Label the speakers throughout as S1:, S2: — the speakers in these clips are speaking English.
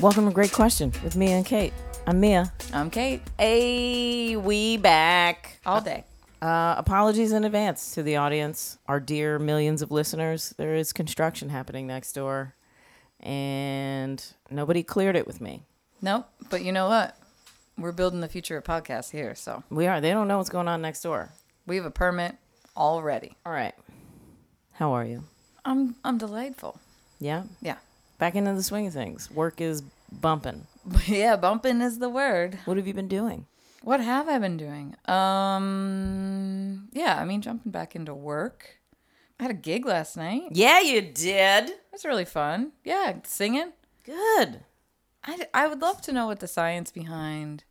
S1: Welcome to Great Question with Mia and Kate. I'm Mia.
S2: I'm Kate.
S1: Hey, we back.
S2: All day.
S1: Uh, apologies in advance to the audience, our dear millions of listeners. There is construction happening next door, and nobody cleared it with me.
S2: Nope. But you know what? We're building the future of podcasts here, so
S1: We are. They don't know what's going on next door.
S2: we have a permit already.
S1: All right. How are you?
S2: I'm I'm delightful.
S1: Yeah.
S2: Yeah.
S1: Back into the swing of things. Work is bumping.
S2: yeah, bumping is the word.
S1: What have you been doing?
S2: What have I been doing? Um yeah, I mean jumping back into work. I had a gig last night. It
S1: Yeah, you did.
S2: was really fun. Yeah, singing.
S1: Good.
S2: I, I would love to know what the science behind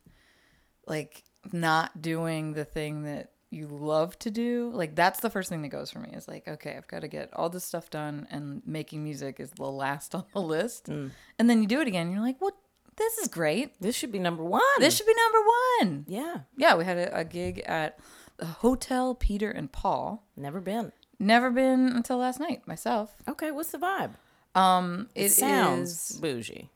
S2: like not doing the thing that you love to do like that's the first thing that goes for me is like okay i've got to get all this stuff done and making music is the last on the list and then you do it again and you're like what this is great
S1: This should be number one.
S2: this should be number one
S1: yeah.
S2: yeah we had a, a gig at the hotel peter and paul
S1: Never been.
S2: never been until last night myself
S1: Okay, what's the vibe?
S2: um it,
S1: Sounds
S2: is-
S1: bougie.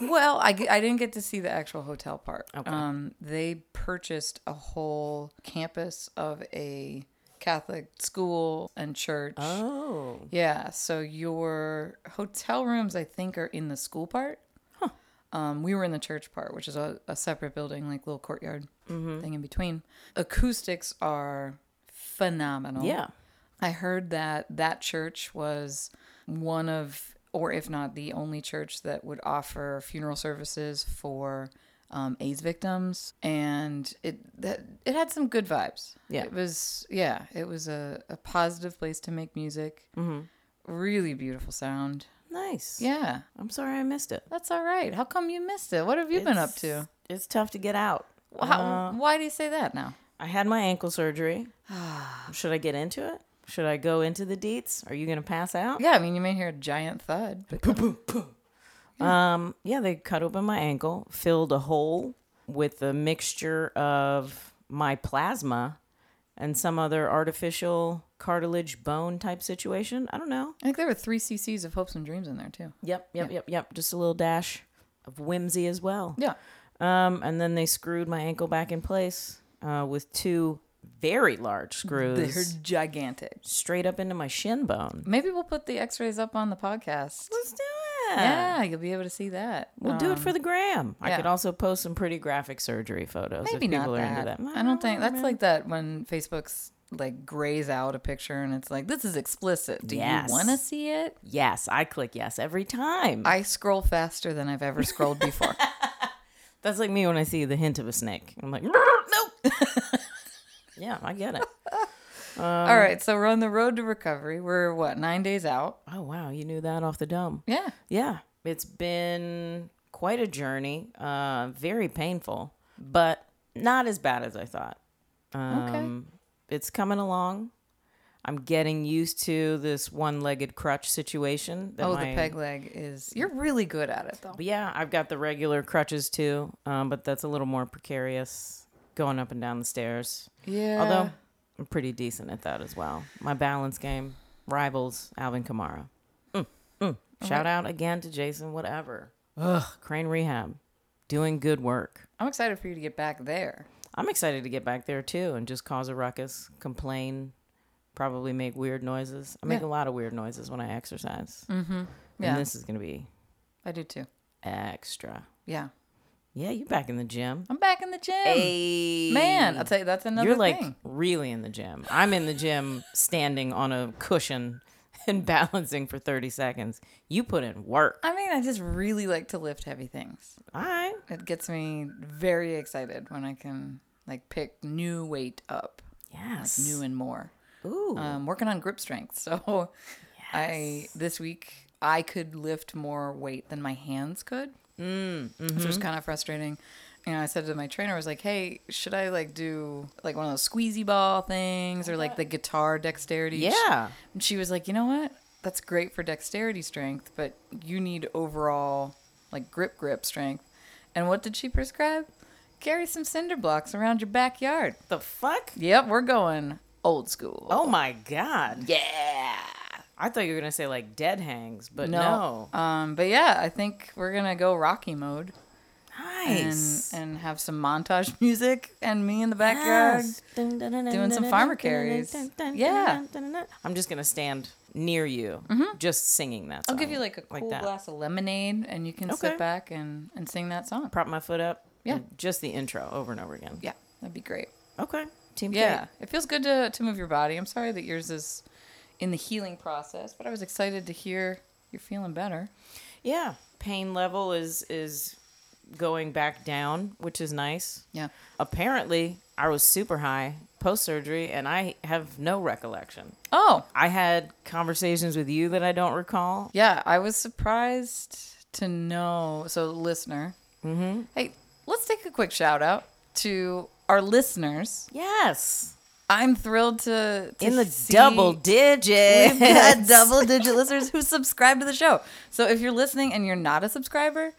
S2: Well, I, g- I didn't get to see the actual hotel part. Um, they purchased a whole campus of a Catholic school and church.
S1: Oh.
S2: Yeah, so your hotel rooms, I think, are in the school part. Um, we were in the church part, which is a, a separate building, like little courtyard
S1: Mm-hmm.
S2: thing in between. Acoustics are phenomenal.
S1: Yeah.
S2: I heard that that church was one of, or if not the only church that would offer funeral services for um, AIDS victims, and it that it had some good vibes.
S1: Yeah.
S2: it was yeah, it was a, a positive place to make music. Mm-hmm. Really beautiful sound.
S1: Nice.
S2: Yeah,
S1: I'm sorry I missed it.
S2: that's all right. How come you missed it? What have you been up to?
S1: It's uh, tough to get out.
S2: How, why do you say that now?
S1: I had my ankle surgery. Should I get into it? Should I go into the deets? Are you going to pass out?
S2: Yeah, I mean you may hear a giant thud. But
S1: Um, yeah, they cut open my ankle, filled a hole with a mixture of my plasma and some other artificial cartilage bone type situation. I don't know.
S2: I think there were three CCs of hopes and dreams in there too.
S1: Yep, yep, yep, yep. Just a little dash of whimsy as well.
S2: Yeah.
S1: Um, and then they screwed my ankle back in place uh, with two very large screws
S2: They're gigantic.
S1: straight up into my shin bone.
S2: Maybe we'll put the x-rays up on the podcast.
S1: Let's do it.
S2: Yeah, you'll be able to see that.
S1: We'll do it for the gram. I
S2: Um, yeah.
S1: could also post some pretty graphic surgery photos
S2: Maybe
S1: if people
S2: not
S1: are into
S2: that.
S1: that.
S2: I don't think that's like that when Facebook's like grays out a picture and it's like this is explicit. Do
S1: Yes.
S2: you want to see it?
S1: Yes, I click yes every time.
S2: I scroll faster than I've ever scrolled before.
S1: That's like me when I see the hint of a snake. I'm like,
S2: nope.
S1: yeah, I get it.
S2: All right, so we're on the road to recovery. We're what nine days out.
S1: Oh wow, you knew that off the dome.
S2: Yeah,
S1: Yeah, it's been quite a journey. Uh, very painful, but not as bad as I thought. Um, It's coming along. I'm getting used to this one-legged crutch situation. That
S2: Oh,
S1: my-
S2: the peg leg is. You're really good at it though.
S1: But yeah, I've got the regular crutches too, um, but that's a little more precarious going up and down the stairs.
S2: Yeah.
S1: Although I'm pretty decent at that as well. My balance game rivals Alvin Kamara. Mm, mm. Shout out again to Jason, whatever. Ugh, Crane Rehab, doing good work.
S2: I'm excited for you to get back there.
S1: I'm excited to get back there too and just cause a ruckus, complain, probably make weird noises. I make
S2: Yeah.
S1: a lot of weird noises when I exercise. Mm-hmm.
S2: Yeah.
S1: And this is going to be
S2: I do too.
S1: extra.
S2: Yeah.
S1: Yeah, you back in the gym.
S2: I'm back in the gym.
S1: Hey.
S2: Man, I'll tell you that's another
S1: You're like
S2: thing.
S1: really in the gym. I'm in the gym standing on a cushion and balancing for 30 seconds. You put in work.
S2: I mean, I just really like to lift heavy things.
S1: All right.
S2: It gets me very excited when I can like pick new weight up,
S1: Yes.
S2: new uh, and more.
S1: Ooh.
S2: I'm working on grip strength, so I this week I could lift more weight than my hands could, mm,
S1: mm-hmm.
S2: which was kind of frustrating. And I said to my trainer, I was like, "Hey, should I like do like one of those squeezy ball things or like the guitar dexterity?"
S1: yeah.
S2: And she was like, you know what? That's great for dexterity strength, but you need overall like grip grip strength. And what did she prescribe? Carry some cinder blocks around your backyard.
S1: The fuck?
S2: Oh. Yep, we're going old school.
S1: Oh my God.
S2: yeah.
S1: I thought you were gonna say like dead hangs, but no.
S2: No. Um, but yeah, I think we're gonna go Rocky mode
S1: Nice.
S2: and and have some montage music and me in the backyard.
S1: Yes. Doing
S2: Doing some farmer carries. Yeah. Mm-hmm.
S1: I'm just gonna stand near you, just singing that. Song
S2: I'll give you like a cool
S1: that.
S2: glass of lemonade, and you can
S1: Okay.
S2: sit back and and sing that song.
S1: Prop my foot up.
S2: Yeah.
S1: and Just the intro over and over again.
S2: Yeah, that'd be great.
S1: Okay. Team
S2: Yeah,
S1: Kate.
S2: it feels good to to move your body. I'm sorry that yours is in the healing process, but I was excited to hear you're feeling better.
S1: Yeah. Pain level is is going back down, which is nice.
S2: Yeah.
S1: Apparently, I was super high post surgery, and I have no recollection.
S2: Oh,
S1: I had conversations with you that I don't recall.
S2: yeah, I was surprised to know. So, listener, mm-hmm. hey, let's take a quick shout out to our listeners.
S1: Yes.
S2: I'm thrilled to, to
S1: In the
S2: see-
S1: double digits.
S2: We've got double digit listeners who subscribe to the show. So if you're listening and you're not a subscriber,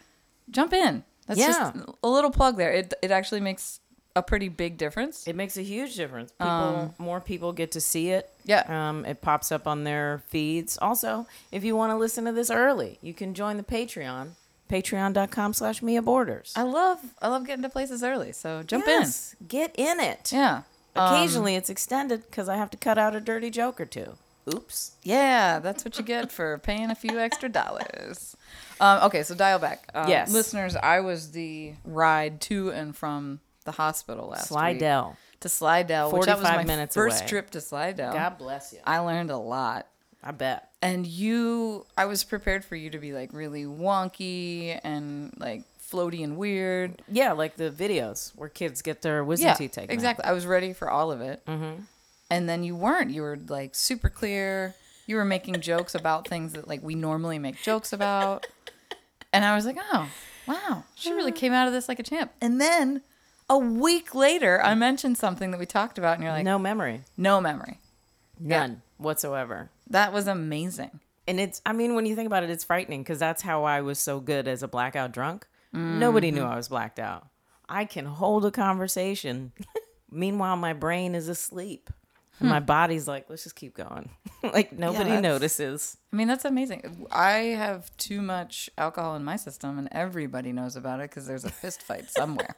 S2: jump in. That's
S1: Yeah.
S2: just a little plug there. It it actually makes a pretty big difference.
S1: It makes a huge difference. People,
S2: Um,
S1: more people get to see it.
S2: Yeah.
S1: Um, it pops up on their feeds. Also, if you want to listen to this early, you can join the Patreon, patreon.com slash Mia Borders.
S2: I love I love getting to places early. So jump
S1: Yes, Get in it.
S2: in. Yeah. Um,
S1: Occasionally it's extended because I have to cut out a dirty joke or two. Oops.
S2: Yeah, that's what you get for paying a few extra dollars. Um, okay, so dial back. Um,
S1: Yes.
S2: Listeners, I was the ride to and from the hospital last week.
S1: Slidell.
S2: To Slidell, which that was
S1: 45
S2: my
S1: minutes
S2: first
S1: away.
S2: trip to Slidell.
S1: God bless you.
S2: I learned a lot.
S1: I bet.
S2: and you i was prepared for you to be like really wonky and like floaty and weird
S1: Yeah, like the videos where kids get their wisdom teeth taken out.
S2: exactly i was ready for all of it mm-hmm. and then you weren't you were like super clear you were making jokes about things that like we normally make jokes about and i was like oh wow she really came out of this like a champ and then a week later i mentioned something that we talked about and you're like no,
S1: No memory.
S2: memory
S1: None whatsoever.
S2: that was amazing
S1: And it's, I mean, when you think about it, it's frightening because that's how I was so good as a blackout drunk. Nobody
S2: Mm-hmm.
S1: knew I was blacked out. I can hold a conversation. Meanwhile, my brain is asleep. And my body's like, let's just keep going. like, nobody
S2: Hmm. that's-
S1: notices.
S2: I mean, that's amazing. I have too much alcohol in my system, and everybody knows about it because there's a fist fight somewhere.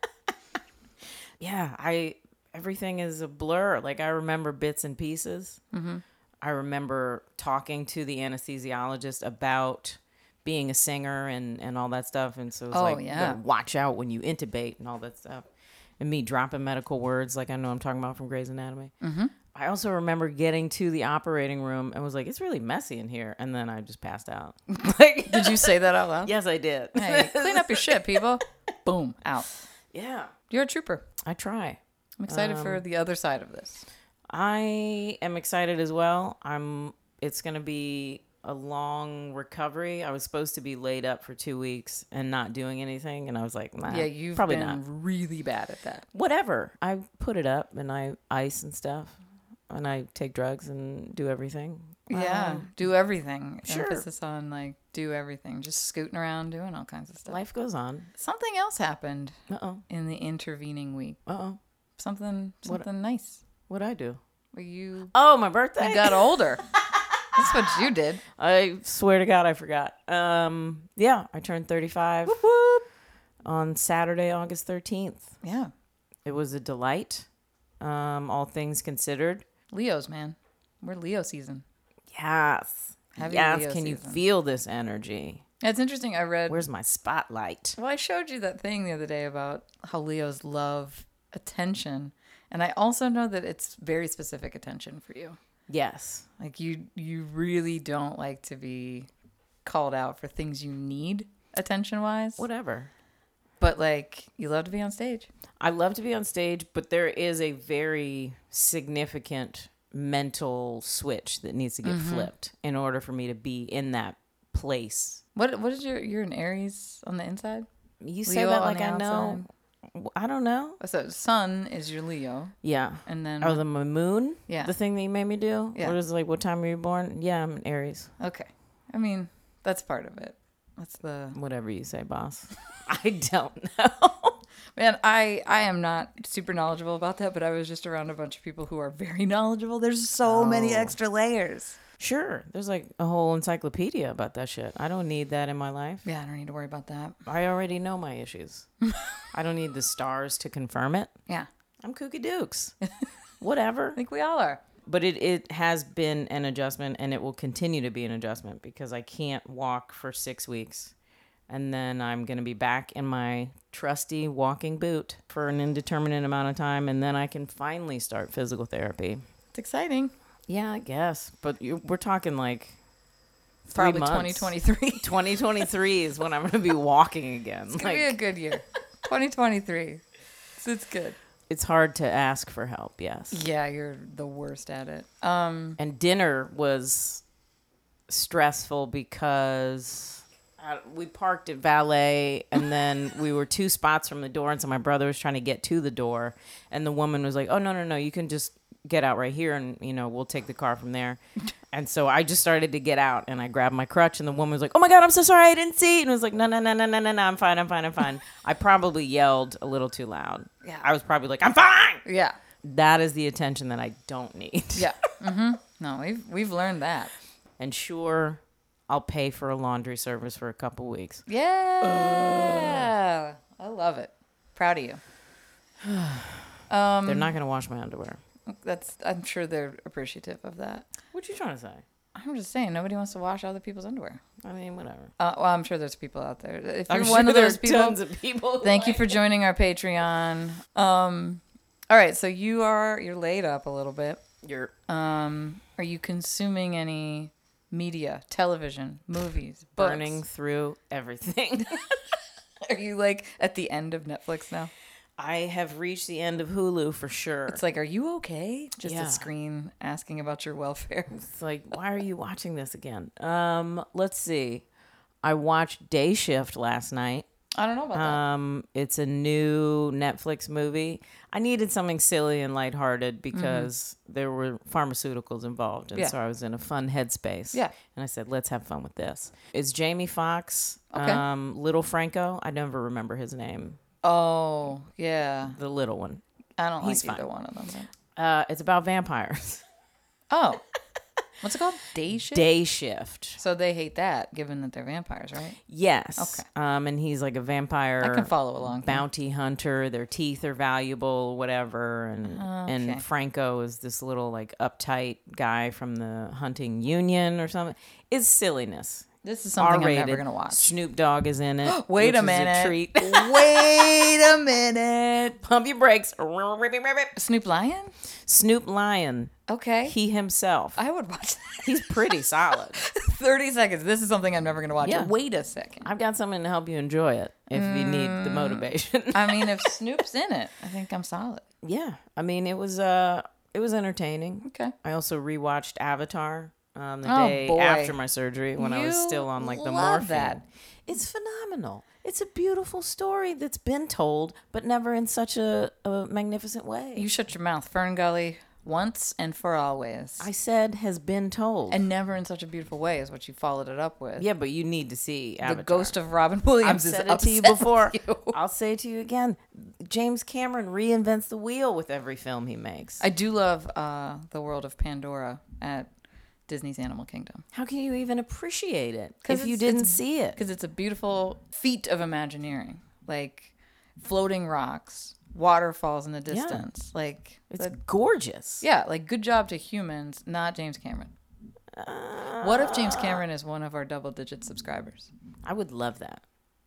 S1: Yeah, I, everything is a blur. Like, I remember bits and pieces.
S2: Mm-hmm.
S1: I remember talking to the anesthesiologist about being a singer and, and all that stuff. And so it's
S2: Oh,
S1: like, you
S2: yeah.
S1: gotta watch out when you intubate and all that stuff. And me dropping medical words like I know I'm talking about from Grey's Anatomy. Mm-hmm. I also remember getting to the operating room and was like, it's really messy in here. And then I just passed out. like,
S2: Did you say that out loud?
S1: yes, I did.
S2: Hey, clean up your shit, people. Boom, out.
S1: yeah,
S2: You're a trooper.
S1: I try.
S2: I'm excited
S1: Um,
S2: for the other side of this.
S1: I am excited as well. I'm it's going to be a long recovery. I was supposed to be laid up for 2 weeks and not doing anything and I was like, nah,
S2: Yeah, you've
S1: probably
S2: been
S1: not.
S2: really bad at that.
S1: Whatever. I put it up and I ice and stuff and I take drugs and do everything.
S2: yeah, Um, do everything.
S1: sure.
S2: Emphasis on like do everything. Just scooting around, doing all kinds of stuff.
S1: Life goes on.
S2: Something else happened
S1: Uh-oh.
S2: in the intervening week.
S1: Uh-oh.
S2: Something, something nice.
S1: What I do?
S2: Were you
S1: Oh, my birthday.
S2: you got older? That's what you did.
S1: I swear to God, I forgot. Um, yeah, I turned 35 on Saturday, August 13th.
S2: Yeah.
S1: It was a delight, um, all things considered.
S2: Leo's, man. We're Leo season.
S1: Yes.
S2: Heavy
S1: yes.
S2: Leo
S1: Can you
S2: season.
S1: feel this energy?
S2: It's interesting. I read.
S1: Where's my spotlight?
S2: well, I showed you that thing the other day about how Leos love attention, and I also know that it's very specific attention for you.
S1: Yes.
S2: Like you, you really don't like to be called out for things you need attention wise.
S1: Whatever.
S2: But like, you love to be on stage.
S1: I love to be on stage, but there is a very significant mental switch that needs to get flipped in order for me to be in that place.
S2: What? What is your? You're an Aries on the inside.
S1: You say
S2: Leo
S1: that
S2: on
S1: like
S2: the
S1: I know. w- I don't know.
S2: Oh, So Sun is your Leo,
S1: Yeah.
S2: and then
S1: Oh, the m- moon.
S2: Yeah.
S1: The thing that you made me do.
S2: Yeah.
S1: What is it, like? What time were you born? Yeah, I'm an Aries.
S2: okay. I mean, that's part of it. That's the
S1: Whatever you say, boss. I don't know.
S2: Man, I I am not super Oh. knowledgeable about that, but I was just around a bunch of people who are very knowledgeable. There's so many extra layers.
S1: Sure. There's like a whole encyclopedia about that shit. I don't need that in my life.
S2: Yeah, I don't need to worry about that.
S1: I already know my issues. I don't need the stars to confirm it.
S2: Yeah.
S1: I'm kooky dukes. Whatever.
S2: I think we all are.
S1: But it, it has been an adjustment and it will continue to be an adjustment because I can't walk for six weeks. And then I'm going to be back in my trusty walking boot for an indeterminate amount of time. And then I can finally start physical therapy.
S2: It's exciting.
S1: Yeah, I guess. But you we're talking like three
S2: Probably
S1: months.
S2: 2023. It's
S1: 2023 is when I'm going to be walking again.
S2: gonna
S1: like,
S2: be a good year. 2023. So it's good.
S1: it's hard to ask for help, yes.
S2: Yeah, you're the worst at it. Um,
S1: And dinner was stressful because uh, we parked at valet and then we were two spots from the door. And so my brother was trying to get to the door. And the woman was like, oh, no, no, no, you can just get out right here and, you know, we'll take the car from there. And so I just started to get out and I grabbed my crutch. And the woman was like, oh my God, I'm so sorry. I didn't see. And I was like, no, no, no, no, no, no, no, I'm fine. I'm fine. I'm fine. I probably yelled a little too loud.
S2: Yeah.
S1: I was probably like, I'm fine
S2: yeah.
S1: that is the attention that I don't need.
S2: Yeah. hmm No, we've we've learned that.
S1: And sure, I'll pay for a laundry service for a couple weeks.
S2: Yeah. I love it. Proud of you. Um,
S1: They're not going to wash my underwear.
S2: That's I'm sure they're appreciative of that.
S1: What you trying to say?
S2: I'm just saying nobody wants to wash other people's underwear.
S1: I mean, whatever.
S2: Uh, well, I'm sure there's people out there. If you're
S1: I'm
S2: one
S1: sure
S2: of those
S1: there are
S2: people,
S1: tons of people. who
S2: thank you
S1: like-
S2: for joining our Patreon. Um, all right, so you are you're laid up a little bit.
S1: You're
S2: Um, are you consuming any media, television, movies, books?
S1: burning through everything.
S2: Are you like at the end of Netflix now?
S1: I have reached the end of Hulu for sure.
S2: It's like, are you okay? Just
S1: Yeah.
S2: a screen asking about your welfare.
S1: It's like, why are you watching this again? Um, let's see. I watched Day Shift last night.
S2: I don't know about that.
S1: Um, it's a new Netflix movie. I needed something silly and lighthearted because there were pharmaceuticals involved, and
S2: Mm-hmm. Yeah.
S1: so I was in a fun headspace.
S2: Yeah.
S1: and I said, "Let's have fun with this." It's Jamie Foxx,
S2: Okay.
S1: um, Little Franco. I never remember his name.
S2: Oh yeah,
S1: The little one.
S2: I don't
S1: He's
S2: like either
S1: fine.
S2: one of them. but-
S1: Uh, it's about vampires.
S2: Oh, what's it called? Day shift.
S1: Day shift.
S2: So they hate that, given that they're vampires, right?
S1: Yes.
S2: Okay.
S1: Um, and he's like a vampire.
S2: I can follow along.
S1: bounty hunter. Their teeth are valuable, whatever. And
S2: Oh, Okay.
S1: and Franco is this little like uptight guy from the hunting union or something. It's silliness.
S2: This is something
S1: R-rated.
S2: I'm never gonna watch.
S1: Snoop Dogg is in it.
S2: Wait
S1: which
S2: a
S1: is
S2: minute.
S1: treat.
S2: Wait a minute.
S1: Pump your brakes.
S2: Snoop Lion?
S1: Snoop Lion.
S2: Okay.
S1: He himself.
S2: I would watch that.
S1: He's pretty solid.
S2: 30 seconds. This is something I'm never going to watch.
S1: Yeah.
S2: Wait a second.
S1: I've got something to help you enjoy it if you need the motivation.
S2: Mm. I mean, if Snoop's in it, I think I'm solid.
S1: yeah, I mean it was uh it was entertaining.
S2: Okay.
S1: I also rewatched Avatar um, the
S2: Oh,
S1: day
S2: boy.
S1: after my surgery when I was
S2: You
S1: still on like the
S2: love
S1: morphine.
S2: that.
S1: It's phenomenal. It's a beautiful story that's been told, but never in such a, a magnificent way.
S2: You shut your mouth, Fern Gully, once and for always.
S1: I said has been told.
S2: and never in such a beautiful way is what you followed it up with.
S1: yeah, but you need to see Avatar.
S2: The ghost of Robin Williams
S1: I've
S2: is
S1: said it to you
S2: upset with
S1: before.
S2: you.
S1: I'll say it to you again. James Cameron reinvents the wheel with every film he makes.
S2: I do love uh, the world of Pandora at Disney's Animal Kingdom.
S1: How can you even appreciate it
S2: 'Cause
S1: if you
S2: it's-
S1: didn't
S2: it's-
S1: see it?
S2: because it's a beautiful feat of imagineering like floating rocks waterfalls in the distance like
S1: It's
S2: that-
S1: gorgeous.
S2: yeah like good job to humans not james cameron what if james cameron is one of our double digit subscribers
S1: I would love that.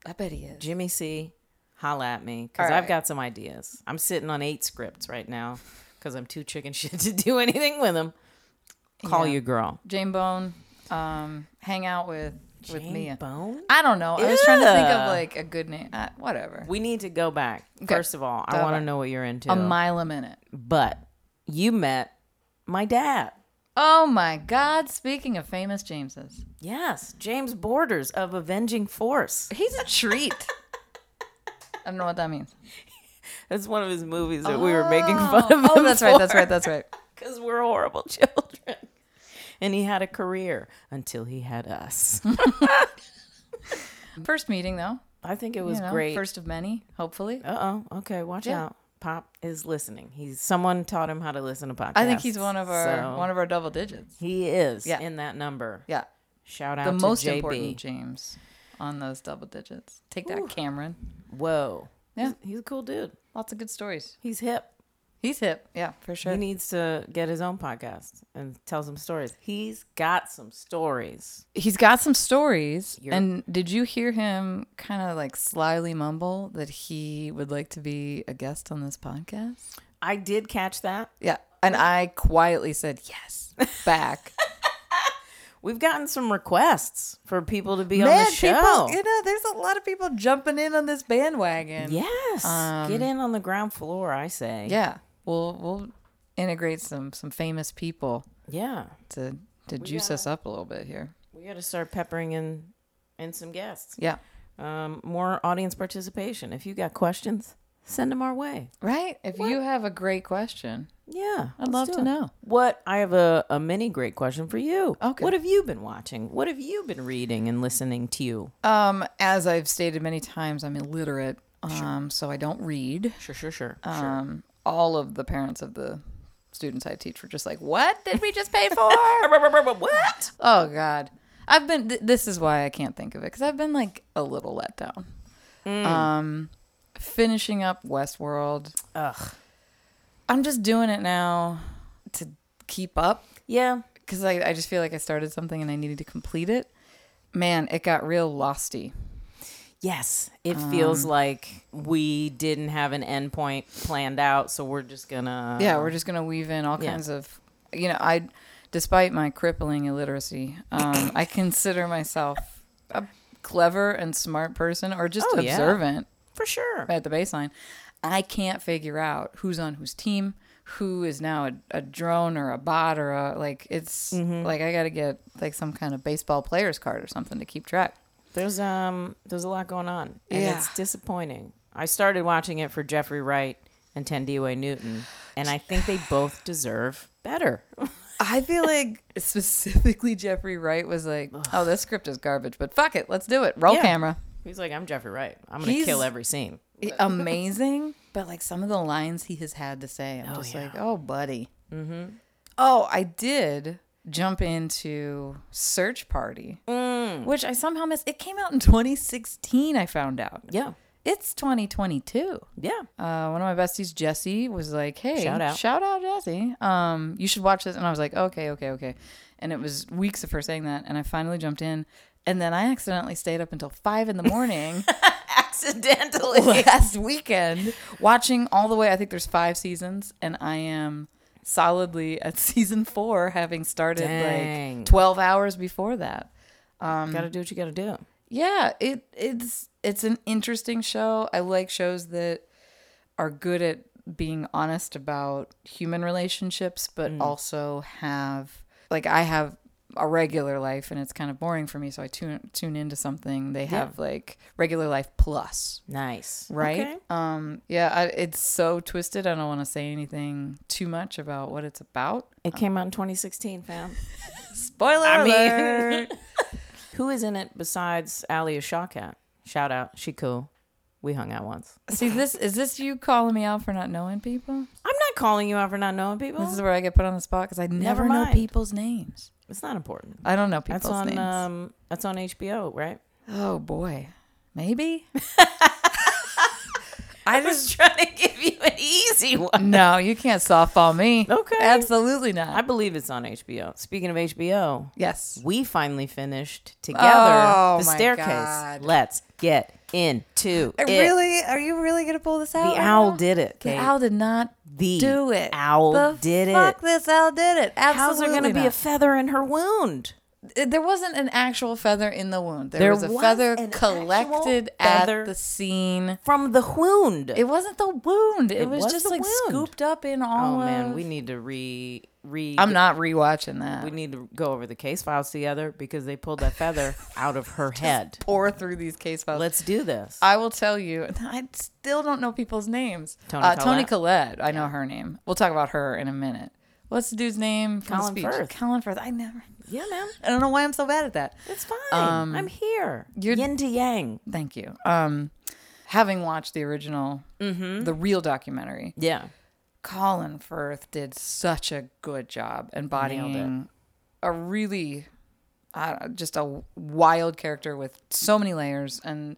S2: i bet he is
S1: Jimmy C, holla at me because
S2: All right.
S1: I've got some ideas. I'm sitting on eight scripts right now because I'm too chicken shit to do anything with them. Call
S2: Yeah.
S1: your girl.
S2: jane bone um hang out with with
S1: Jane
S2: mia
S1: Bone.
S2: i don't know i was trying to think
S1: Yeah.
S2: of like a good name uh, whatever
S1: We need to go back.
S2: Okay.
S1: First of all, I
S2: Go Um,
S1: want to
S2: back.
S1: know what you're into.
S2: a mile a minute
S1: but you met my dad.
S2: oh my god speaking of famous jameses
S1: Yes, James Borders of Avenging Force.
S2: he's a treat i don't know what that means
S1: That's one of his movies that we were making fun of.
S2: Oh, that's right. That's right. That's right.
S1: Because we're horrible children. And he had a career until he had us.
S2: First meeting though.
S1: I think it
S2: You
S1: was
S2: know,
S1: great.
S2: First of many, hopefully.
S1: Uh oh. Okay, watch
S2: Yeah.
S1: out. Pop is listening. He's someone taught him how to listen to podcasts.
S2: I think he's one of our
S1: So
S2: one of our double digits.
S1: he is
S2: Yeah.
S1: in that number.
S2: Yeah.
S1: Shout out
S2: The
S1: to
S2: most
S1: JB.
S2: important James on those double digits. Take that, Cameron.
S1: Whoa.
S2: Yeah.
S1: He's, he's a cool dude.
S2: Lots of good stories.
S1: He's hip.
S2: He's hip. Yeah, for sure.
S1: He needs to get his own podcast and tell some stories. He's got some stories.
S2: He's got some stories.
S1: You're-
S2: And did you hear him kind of like slyly mumble that he would like to be a guest on this podcast?
S1: I did catch that.
S2: Yeah. And I quietly said yes back.
S1: We've gotten some requests for people to be on
S2: Man,
S1: the show.
S2: people, you know, there's a lot of people jumping in on this bandwagon.
S1: yes.
S2: Um,
S1: get in on the ground floor, I say.
S2: Yeah. We'll we'll integrate some some famous people
S1: Yeah.
S2: to to juice us up a little bit here.
S1: We got to start peppering in in some guests.
S2: Yeah.
S1: Um, more audience participation. If you got questions, send them our way.
S2: Right? If you have a great question,
S1: Yeah.
S2: I'd love to know.
S1: What I have a, a mini great question for you.
S2: Okay.
S1: What have you been watching? What have you been reading and listening to?
S2: Um, as I've stated many times, I'm illiterate. Um, so I don't read.
S1: Sure, sure, sure.
S2: Um, all of the parents of the students I teach were just like, "What did we just pay for?"
S1: what?
S2: oh God, I've been. Th- this is why I can't think of it because I've been like a little let down.
S1: Mm.
S2: Um, finishing up Westworld.
S1: Ugh.
S2: I'm just doing it now to keep up
S1: Yeah.
S2: because I, I just feel like I started something and I needed to complete it. Man, it got real losty.
S1: Yes. It
S2: Um,
S1: feels like we didn't have an end point planned out, so we're just gonna
S2: yeah we're just gonna weave in all
S1: yeah.
S2: kinds of you know i despite my crippling illiteracy um, i consider myself a clever and smart person or just
S1: Oh, yeah.
S2: observant
S1: for sure.
S2: at the baseline i can't figure out who's on whose team who is now a, a drone or a bot or a like it's like i gotta get like some kind of baseball players card or something to keep track
S1: There's um there's a lot going on, and
S2: Yeah.
S1: it's disappointing. I started watching it for Jeffrey Wright and Tendiwe Newton, and I think they both deserve better.
S2: I feel like specifically Jeffrey Wright was like, "Oh, this script is garbage, but fuck it, let's do it. Roll
S1: Yeah.
S2: camera."
S1: He's like, I'm Jeffrey Wright. I'm gonna
S2: He's-
S1: kill every scene.
S2: i- amazing, but like some of the lines he has had to say, I'm just like, oh, buddy. Mm-hmm. Oh, I did jump into Search Party,
S1: Mm.
S2: which I somehow missed. It came out in 2016, I found out.
S1: Yeah,
S2: It's 2022.
S1: yeah.
S2: Uh, one of my besties, Jesse, was like, "Hey,
S1: Shout out.
S2: shout out, Jesse. Um, you should watch this." And I was like, "Okay, okay, okay." And it was weeks of her saying that, and I finally jumped in. And then I accidentally stayed up until five in the morning
S1: Accidentally.
S2: last weekend watching all the way. I think there's five seasons, and I am solidly at season four, having started
S1: Dang.
S2: like 12 hours before that.
S1: Um,
S2: Um,
S1: gotta do what you gotta do.
S2: Yeah, it it's it's an interesting show. I like shows that are good at being honest about human relationships, but also have like I have a regular life and it's kind of boring for me so i tune tune into something they have like regular life plus
S1: Nice.
S2: right
S1: Okay.
S2: um yeah I, it's so twisted i don't want to say anything too much about what it's about
S1: It came out in 2016, fam.
S2: spoiler
S1: I mean-
S2: alert
S1: Who is in it besides Alia Shawkat? Shout out. She cool. We hung out once.
S2: see this is this you calling me out for not knowing people
S1: I'm not calling you out for not knowing people.
S2: this is where i get put on the spot because i never, know
S1: mind.
S2: people's names
S1: it's not important.
S2: i don't know people's
S1: That's on
S2: names
S1: um that's on HBO, right?
S2: oh boy maybe i just
S1: trying to give you an easy one.
S2: no you can't softball me
S1: Okay.
S2: absolutely not
S1: I believe it's on HBO. Speaking of HBO,
S2: yes
S1: we finally finished together
S2: Oh,
S1: the
S2: my
S1: staircase.
S2: God.
S1: Let's get into it.
S2: really are you really gonna pull this out
S1: the
S2: right
S1: owl
S2: now?
S1: did it.
S2: the
S1: Kate.
S2: owl did not
S1: The
S2: do it.
S1: Owl
S2: The
S1: did
S2: Fuck
S1: it.
S2: this owl did it.
S1: How's
S2: Absolutely
S1: there going to be a feather in her wound?
S2: F- uh, there wasn't an actual feather in the wound. There,
S1: There
S2: was a
S1: was
S2: feather
S1: an
S2: collected
S1: actual
S2: at
S1: feather.
S2: the scene.
S1: From the wound.
S2: It wasn't the wound. It, was
S1: was
S2: just
S1: the
S2: like
S1: wound.
S2: scooped up in all.
S1: Oh man,
S2: of-
S1: we need to re re.
S2: I'm not rewatching that.
S1: We need to go over the case files together because they pulled that feather out of her head.
S2: pour through these case files.
S1: Let's do this.
S2: I will tell you. I still don't know people's names.
S1: Tony
S2: Toni Collette. I know her name. We'll talk about her in a minute. What's the dude's name? From the
S1: Colin
S2: speech?
S1: Firth.
S2: Colin Firth. I never.
S1: yeah, man,
S2: I don't know why I'm so bad at that.
S1: it's fine. I'm here. Yin to yang.
S2: Thank you. Um, having watched the original,
S1: Mm-hmm.
S2: the real documentary,
S1: Yeah.
S2: Colin Firth did such a good job embodying a really uh, just a wild character with so many layers and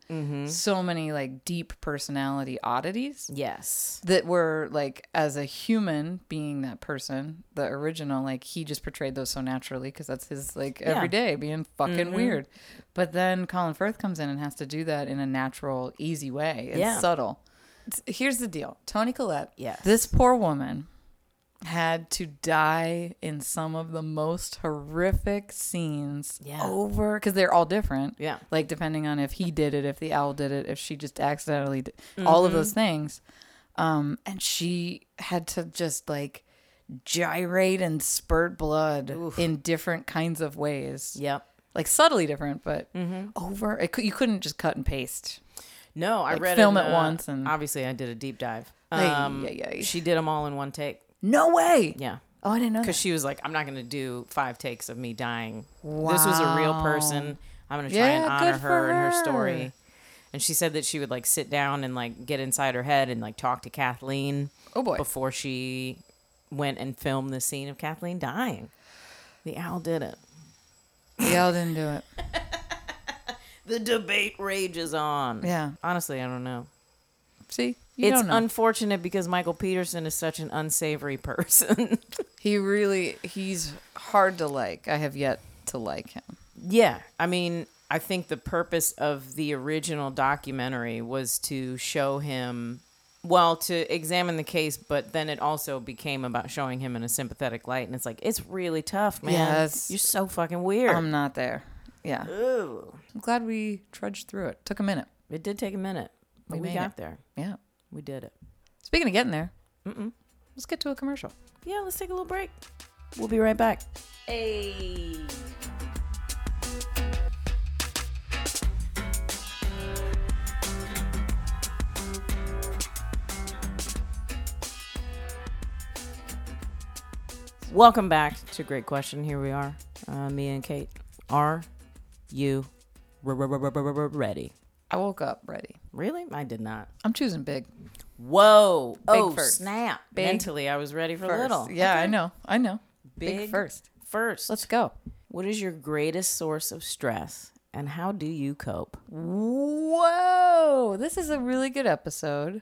S2: so many like deep personality oddities
S1: Yes.
S2: that were like as a human being that person the original like he just portrayed those so naturally because that's his like every day being fucking
S1: Mm-hmm.
S2: weird but then colin firth comes in and has to do that in a natural easy way and
S1: Yeah.
S2: subtle It's- here's the deal tony collette
S1: Yes.
S2: this poor woman had to die in some of the most horrific scenes
S1: Yeah.
S2: over because they're all different
S1: Yeah.
S2: like depending on if he did it if the owl did it if she just accidentally did, all
S1: Mm-hmm.
S2: of those things um and she had to just like gyrate and spurt blood in different kinds of ways
S1: Yep.
S2: like subtly different but over it cou- you couldn't just cut and paste
S1: No, I
S2: Like,
S1: read
S2: film
S1: an,
S2: it
S1: uh,
S2: once and-
S1: obviously I did a deep dive.
S2: Ay,
S1: Um,
S2: ay, ay.
S1: She did them all in one take.
S2: no way
S1: Yeah,
S2: oh i didn't know
S1: because
S2: that.
S1: she was like, "I'm not going to do five takes of me dying. This was a real
S2: Wow.
S1: person. I'm going to try and
S2: Yeah,
S1: honor
S2: good
S1: her,
S2: for
S1: and her
S2: her.
S1: story." And she said that she would like sit down and like get inside her head and like talk to Kathleen
S2: oh boy
S1: before she went and filmed the scene of Kathleen dying. The owl did it.
S2: y'all didn't do it
S1: The debate rages on.
S2: Yeah.
S1: Honestly, I don't know.
S2: see you
S1: it's
S2: don't know.
S1: unfortunate because Michael Peterson is such an unsavory person.
S2: he really he's hard to like i have yet to like him
S1: Yeah, I mean, I think the purpose of the original documentary was to show him, well, to examine the case, but then it also became about showing him in a sympathetic light, and it's like it's really tough, man.
S2: Yes. Um,
S1: You're so fucking weird.
S2: i'm not there yeah
S1: Ooh.
S2: I'm glad we trudged through it. Took a minute.
S1: It did take a minute, but
S2: We
S1: we,
S2: made
S1: got
S2: it.
S1: there.
S2: Yeah.
S1: We did it.
S2: Speaking of getting there, let's get to a commercial.
S1: Yeah, let's take a little break. We'll be right back. Hey. Welcome back to Great Question. Here we are, uh, me and Kate. Are you r- r- r- r- r- ready?
S2: I woke up ready.
S1: Really? I did not.
S2: I'm choosing big.
S1: Whoa! oh
S2: first.
S1: snap!
S2: Big
S1: Mentally, I was ready for
S2: first.
S1: little.
S2: Yeah, I know. I know.
S1: Big,
S2: first.
S1: First,
S2: Let's go.
S1: What is your greatest source of stress and how do you cope?
S2: Whoa. This is a really good episode.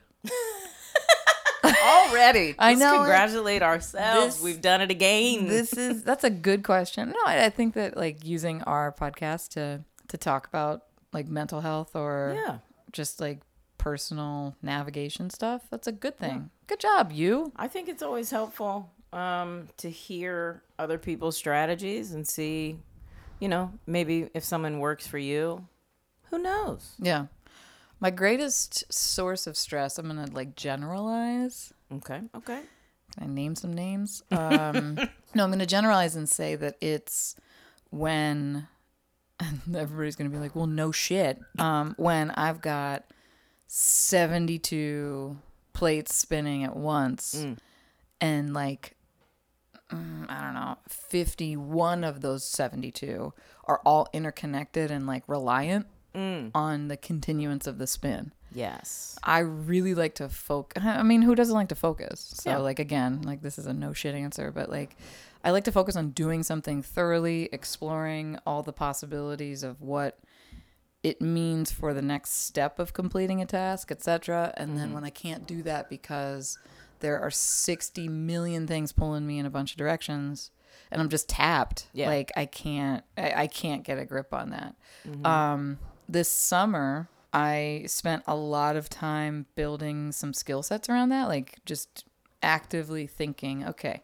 S1: Already.
S2: I
S1: Let's
S2: know it.
S1: congratulate ourselves.
S2: This-
S1: We've done it again.
S2: This is that's a good question. No, I, I think that like using our podcast to to talk about like mental health or
S1: yeah.
S2: just like personal navigation stuff, that's a good thing. Good job, you.
S1: I think it's always helpful um, to hear other people's strategies and see, you know, maybe if someone works for you, who knows?
S2: Yeah. My greatest source of stress, I'm going to like generalize.
S1: Okay. Okay.
S2: Can I name some names? Um, no, I'm going to generalize and say that it's when, and everybody's going to be like, well, no shit. Um, when I've got 72 plates spinning at once and like, mm, I don't know, 51 of those 72 are all interconnected and like reliant on the continuance of the spin.
S1: Yes.
S2: I really like to focus. I mean, who doesn't like to focus? So,
S1: Yeah.
S2: like, again, like, this is a no shit answer, but like, I like to focus on doing something thoroughly, exploring all the possibilities of what it means for the next step of completing a task, etc. And
S1: Mm-hmm.
S2: then when I can't do that because there are 60 million things pulling me in a bunch of directions and I'm just tapped.
S1: Yeah.
S2: Like I can't I, I can't get a grip on that. Um this summer I spent a lot of time building some skill sets around that, like just actively thinking, okay,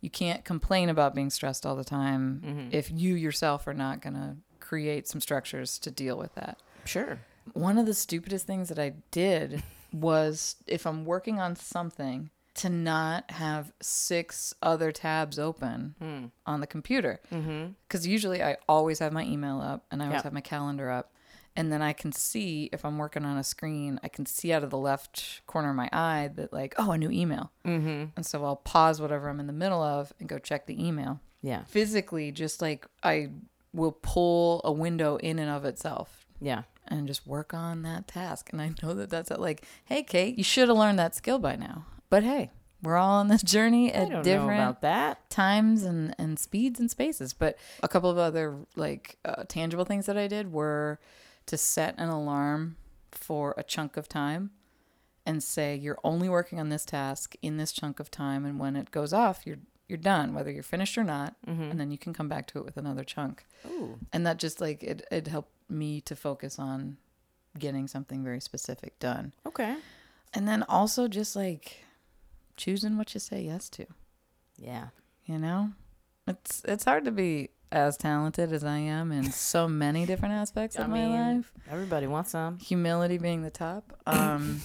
S2: you can't complain about being stressed all the time if you yourself are not going to create some structures to deal with that.
S1: Sure.
S2: One of the stupidest things that I did was if I'm working on something, to not have six other tabs open on the computer. Because usually I always have my email up and I always
S1: Yeah.
S2: have my calendar up. And then I can see if I'm working on a screen, I can see out of the left corner of my eye that, like, oh, a new email. Mm-hmm. And so I'll pause whatever I'm in the middle of and go check the email
S1: Yeah.
S2: physically just like I will pull a window in and of itself
S1: Yeah.
S2: and just work on that task. And I know that that's like, hey, Kate, you should have learned that skill by now. But hey, we're all on this journey
S1: I
S2: at
S1: don't know
S2: different
S1: about that.
S2: times and, and speeds and spaces. But a couple of other like uh, tangible things that I did were to set an alarm for a chunk of time and say you're only working on this task in this chunk of time and when it goes off you're you're done whether you're finished or not
S1: Mm-hmm.
S2: and then you can come back to it with another chunk
S1: Ooh.
S2: and that just like it, it helped me to focus on getting something very specific done
S1: Okay.
S2: and then also just like choosing what you say yes to
S1: Yeah.
S2: you know it's it's hard to be as talented as i am in so many different aspects of
S1: I
S2: my
S1: mean-
S2: life
S1: Everybody wants some.
S2: humility being the top um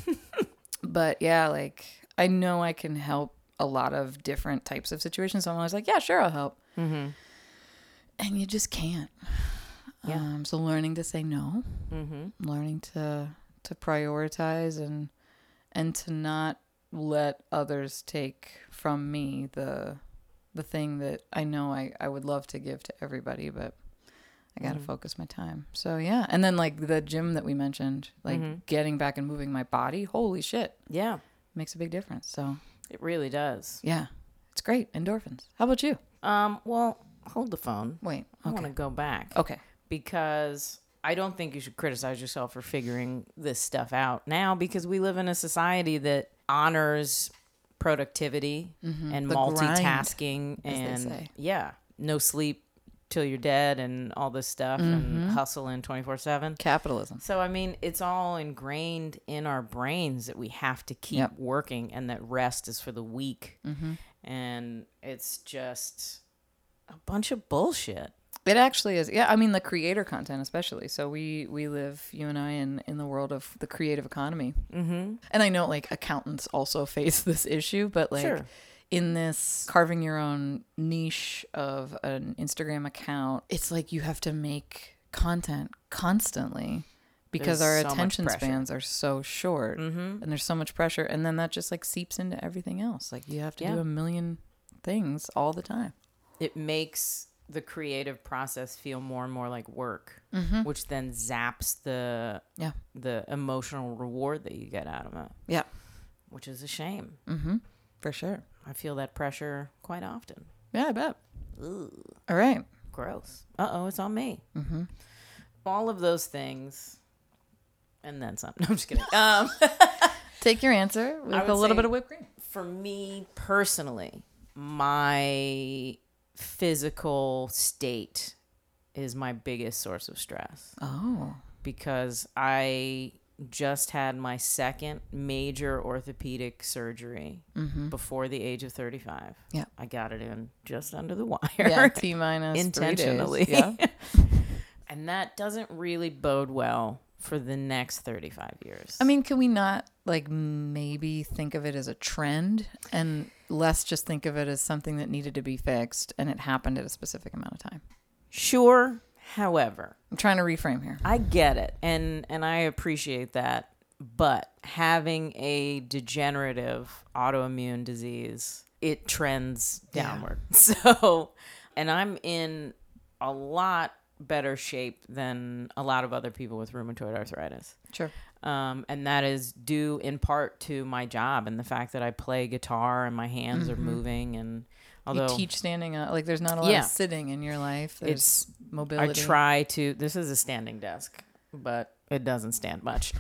S2: but yeah like i know i can help a lot of different types of situations so i'm always like yeah sure i'll help
S1: Mhm.
S2: and you just can't
S1: Yeah.
S2: um so learning to say no
S1: Mhm.
S2: learning to to prioritize and and to not let others take from me the the thing that I know I, I would love to give to everybody, but I gotta focus my time. So yeah. And then like the gym that we mentioned, like getting back and moving my body, holy shit.
S1: Yeah.
S2: Makes a big difference. So
S1: It really does.
S2: yeah. It's great. Endorphins. How about you?
S1: Um. Well, hold the phone.
S2: Wait.
S1: I want
S2: Okay. Oh.
S1: to go back
S2: Okay.
S1: because I don't think you should criticize yourself for figuring this stuff out now because we live in a society that honors productivity and
S2: Mm-hmm. The grind,
S1: multitasking
S2: as they
S1: and
S2: say.
S1: yeah, no sleep till you're dead and all this stuff
S2: Mm-hmm.
S1: and hustling 24/7.
S2: Capitalism.
S1: So I mean, it's all ingrained in our brains that we have to keep
S2: Yep.
S1: working and that rest is for the weak. And it's just a bunch of bullshit.
S2: It actually is. Yeah, I mean the creator content especially. So we we live you and I in in the world of the creative economy. Mm-hmm. And I know like accountants also face this issue, but like
S1: Sure.
S2: in this carving your own niche of an Instagram account, it's like you have to make content constantly because
S1: There's so
S2: our
S1: much
S2: attention
S1: pressure. Mm-hmm.
S2: spans are so short and there's so much pressure and then that just like seeps into everything else. Like you have to
S1: Yeah.
S2: do a million things all the time.
S1: It makes the creative process feel more and more like work, which then zaps the
S2: Yeah.
S1: the emotional reward that you get out of it,
S2: Yeah.
S1: which is a shame.
S2: Mhm. For sure.
S1: I feel that pressure quite often.
S2: Yeah, I bet.
S1: Ooh.
S2: All right.
S1: Gross. Uh oh, it's on me.
S2: Mm-hmm.
S1: All of those things, and then some. No, I'm just kidding. um,
S2: Take your answer with
S1: I would
S2: a little
S1: say-
S2: bit of whipped cream.
S1: for me personally, my physical state is my biggest source of stress
S2: Oh.
S1: because I just had my second major orthopedic surgery before the age of 35.
S2: Mm-hmm. Yeah.
S1: I got it in just under the wire.
S2: Yeah, T minus
S1: intentionally.
S2: Three days. Yeah.
S1: and that doesn't really bode well for the next 35 years.
S2: I mean, can we not like maybe think of it as a trend and less just think of it as something that needed to be fixed and it happened at a specific amount of time?
S1: sure, however,
S2: I'm trying to reframe here.
S1: I get it and and I appreciate that, but having a degenerative autoimmune disease, it trends
S2: Yeah.
S1: downward. So, and I'm in a lot better shape than a lot of other people with rheumatoid arthritis.
S2: Sure.
S1: um, and that is due in part to my job and the fact that I play guitar and my hands are moving. And although
S2: Mm-hmm. you teach standing up, like there's not a lot
S1: Yeah.
S2: of sitting in your life. There's
S1: It's- I
S2: mobility.
S1: try to, this is a standing desk, but it doesn't stand much,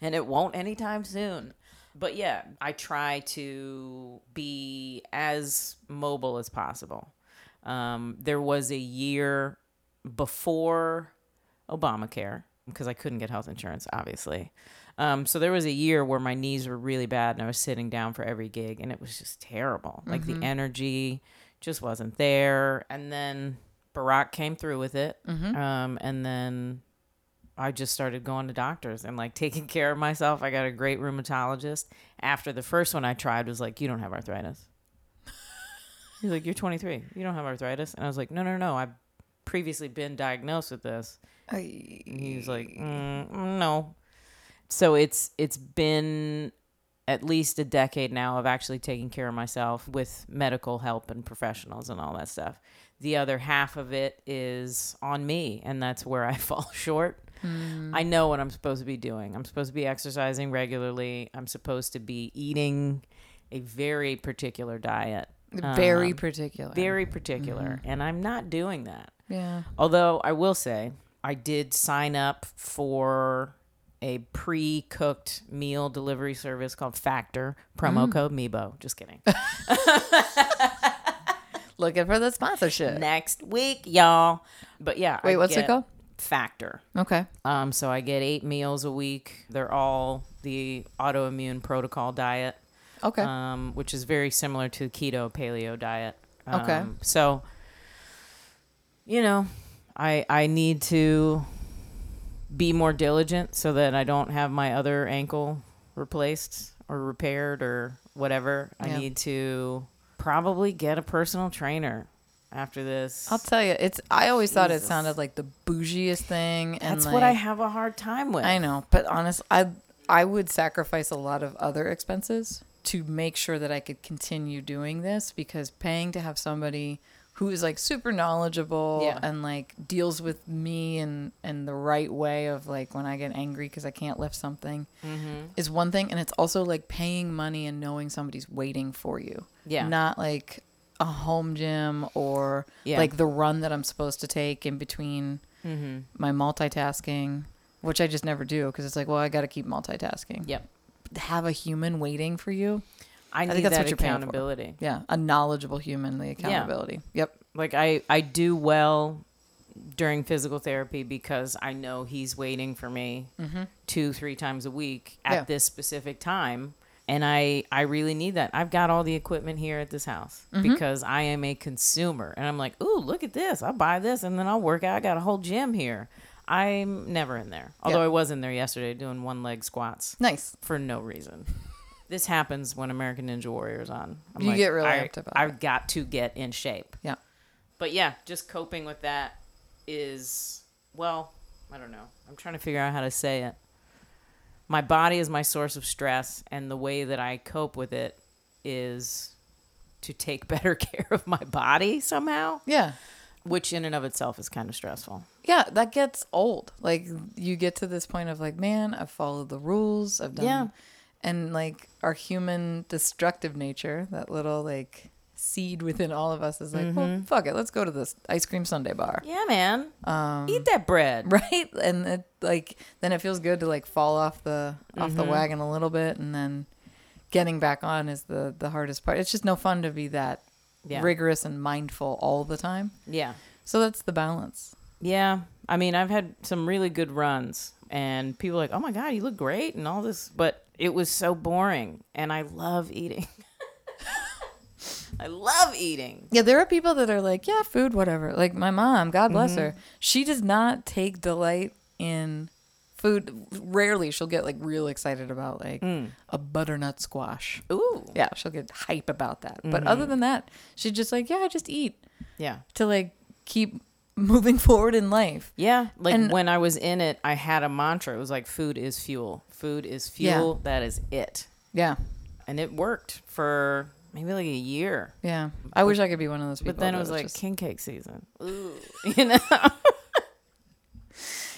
S1: and it won't anytime soon. But yeah, I try to be as mobile as possible. Um, there was a year before Obamacare because I couldn't get health insurance, obviously. Um, so there was a year where my knees were really bad and I was sitting down for every gig and it was just terrible. Like the energy just wasn't there. And then Barack came through with it. Um, and then I just started going to doctors and like taking care of myself. I got a great rheumatologist. After the first one I tried was like, You don't have arthritis. He's like, You're 23. You don't have arthritis. And I was like, No, no, no. I've previously been diagnosed with this.
S2: I-
S1: And He's like, mm, no. So it's it's been at least a decade now of actually taking care of myself with medical help and professionals and all that stuff. The other half of it is on me, and that's where I fall short. I know what I'm supposed to be doing. I'm supposed to be exercising regularly. I'm supposed to be eating a very particular diet, Um,
S2: Very particular.
S1: very particular, and I'm not doing that.
S2: yeah.
S1: Although I will say, I did sign up for a pre-cooked meal delivery service called Factor. Promo
S2: Mm.
S1: code Mebo. Just kidding.
S2: Looking for the sponsorship.
S1: Next week, y'all. But yeah.
S2: Wait, what's it
S1: get
S2: called?
S1: Factor.
S2: Okay.
S1: Um, so I get eight meals a week. They're all the autoimmune protocol diet,
S2: Okay.
S1: um, which is very similar to the keto paleo diet. Um,
S2: Okay.
S1: So, you know, I I need to be more diligent so that I don't have my other ankle replaced or repaired or whatever.
S2: Yeah.
S1: I need to probably get a personal trainer after this.
S2: I'll tell you, it's. I always thought it
S1: Jesus.
S2: sounded like the bougiest thing. and
S1: That's what I
S2: like-
S1: have a hard time with.
S2: I know, but honestly, I I would sacrifice a lot of other expenses to make sure that I could continue doing this because paying to have somebody who is like super knowledgeable
S1: Yeah.
S2: and like deals with me and and the right way of like when I get angry because I can't lift something
S1: Mm-hmm.
S2: is one thing, and it's also like paying money and knowing somebody's waiting for you.
S1: Yeah.
S2: not like a home gym or
S1: Yeah.
S2: like the run that I'm supposed to take in between my multitasking, which I just never do because it's like, well, I got to keep multitasking.
S1: Yep.
S2: Have a human waiting for you.
S1: I,
S2: think
S1: need
S2: that's
S1: that
S2: what you're paying for.
S1: accountability.
S2: Yeah. A knowledgeable human, the accountability. Yep.
S1: like I I do well during physical therapy because I know he's waiting for me two three times a week at
S2: Mm-hmm. Yeah.
S1: this specific time and I I really need that. I've got all the equipment here at this house
S2: Mm-hmm.
S1: because I am a consumer and I'm like, "Ooh, look at this. I'll buy this and then I'll work out. I got a whole gym here." I'm never in there. Although
S2: Yeah.
S1: I was in there yesterday doing one leg squats
S2: Nice.
S1: for no reason. This happens when American Ninja Warrior is on. I'm
S2: You get really
S1: I,
S2: amped about
S1: I've got to get in shape
S2: Yeah.
S1: but yeah, just coping with that is well, I don't know. I'm trying to figure out how to say it. My body is my source of stress, and the way that I cope with it is to take better care of my body somehow,
S2: Yeah.
S1: which in and of itself is kind of stressful.
S2: Yeah. That gets old. Like you get to this point of like, man, I've followed the rules. I've done.
S1: Yeah.
S2: And like our human destructive nature, that little like seed within all of us is like, well, fuck it. Let's go to this ice cream sundae bar.
S1: Yeah, man. Eat that bread.
S2: right and it like then it feels good to like fall off the off the wagon a little bit and then getting back on is the the hardest part it's just no fun to be that
S1: Yeah.
S2: rigorous and mindful all the time
S1: Yeah.
S2: so that's the balance
S1: Yeah. I mean, I've had some really good runs and people are like, "Oh my god, you look great." and all this, but it was so boring and I love eating. I love eating.
S2: yeah there are people that are like yeah food whatever like my mom god bless her she does not take delight in food rarely she'll get like real excited about like a butternut squash Mm-hmm.
S1: Ooh.
S2: Mm. yeah she'll get hype about that but other than that she's just like yeah I just eat
S1: Yeah.
S2: to like keep moving forward in life.
S1: Yeah, like
S2: And-
S1: when I was in it, I had a mantra. It was like food is fuel. Food is
S2: Yeah.
S1: fuel. That is it.
S2: Yeah.
S1: And it worked for maybe like a year.
S2: Yeah. I wish I could be one of those people.
S1: But then
S2: that
S1: it was like
S2: just-
S1: king cake season. Ooh. You know.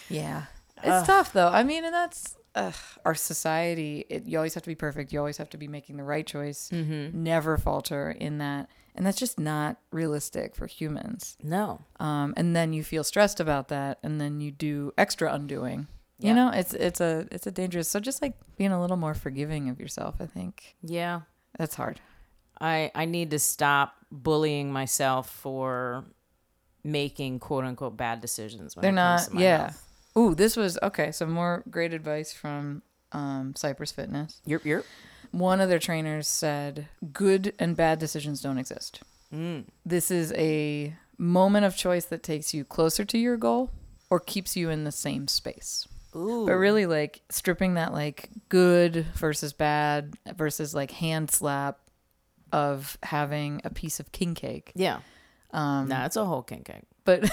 S2: yeah. It's tough though. I mean, and that's ugh, our society. It, you always have to be perfect. You always have to be making the right choice. Never falter in that. And that's just not realistic for humans.
S1: No.
S2: Um, and then you feel stressed about that, and then you do extra undoing.
S1: Yeah.
S2: You know, it's it's a it's a dangerous. So just like being a little more forgiving of yourself, I think
S1: Yeah.
S2: that's hard.
S1: I I need to stop bullying myself for making quote unquote bad decisions. When
S2: They're
S1: it comes
S2: not.
S1: to my
S2: yeah.
S1: health.
S2: Ooh, this was okay. So more great advice from um, Cypress Fitness.
S1: Yerp yerp.
S2: One of their trainers said, "Good and bad decisions don't exist.
S1: Mm.
S2: This is a moment of choice that takes you closer to your goal or keeps you in the same space."
S1: Ooh.
S2: But really, like stripping that like good versus bad versus like hand slap of having a piece of king cake
S1: Yeah. Um, nah, it's a whole king cake.
S2: but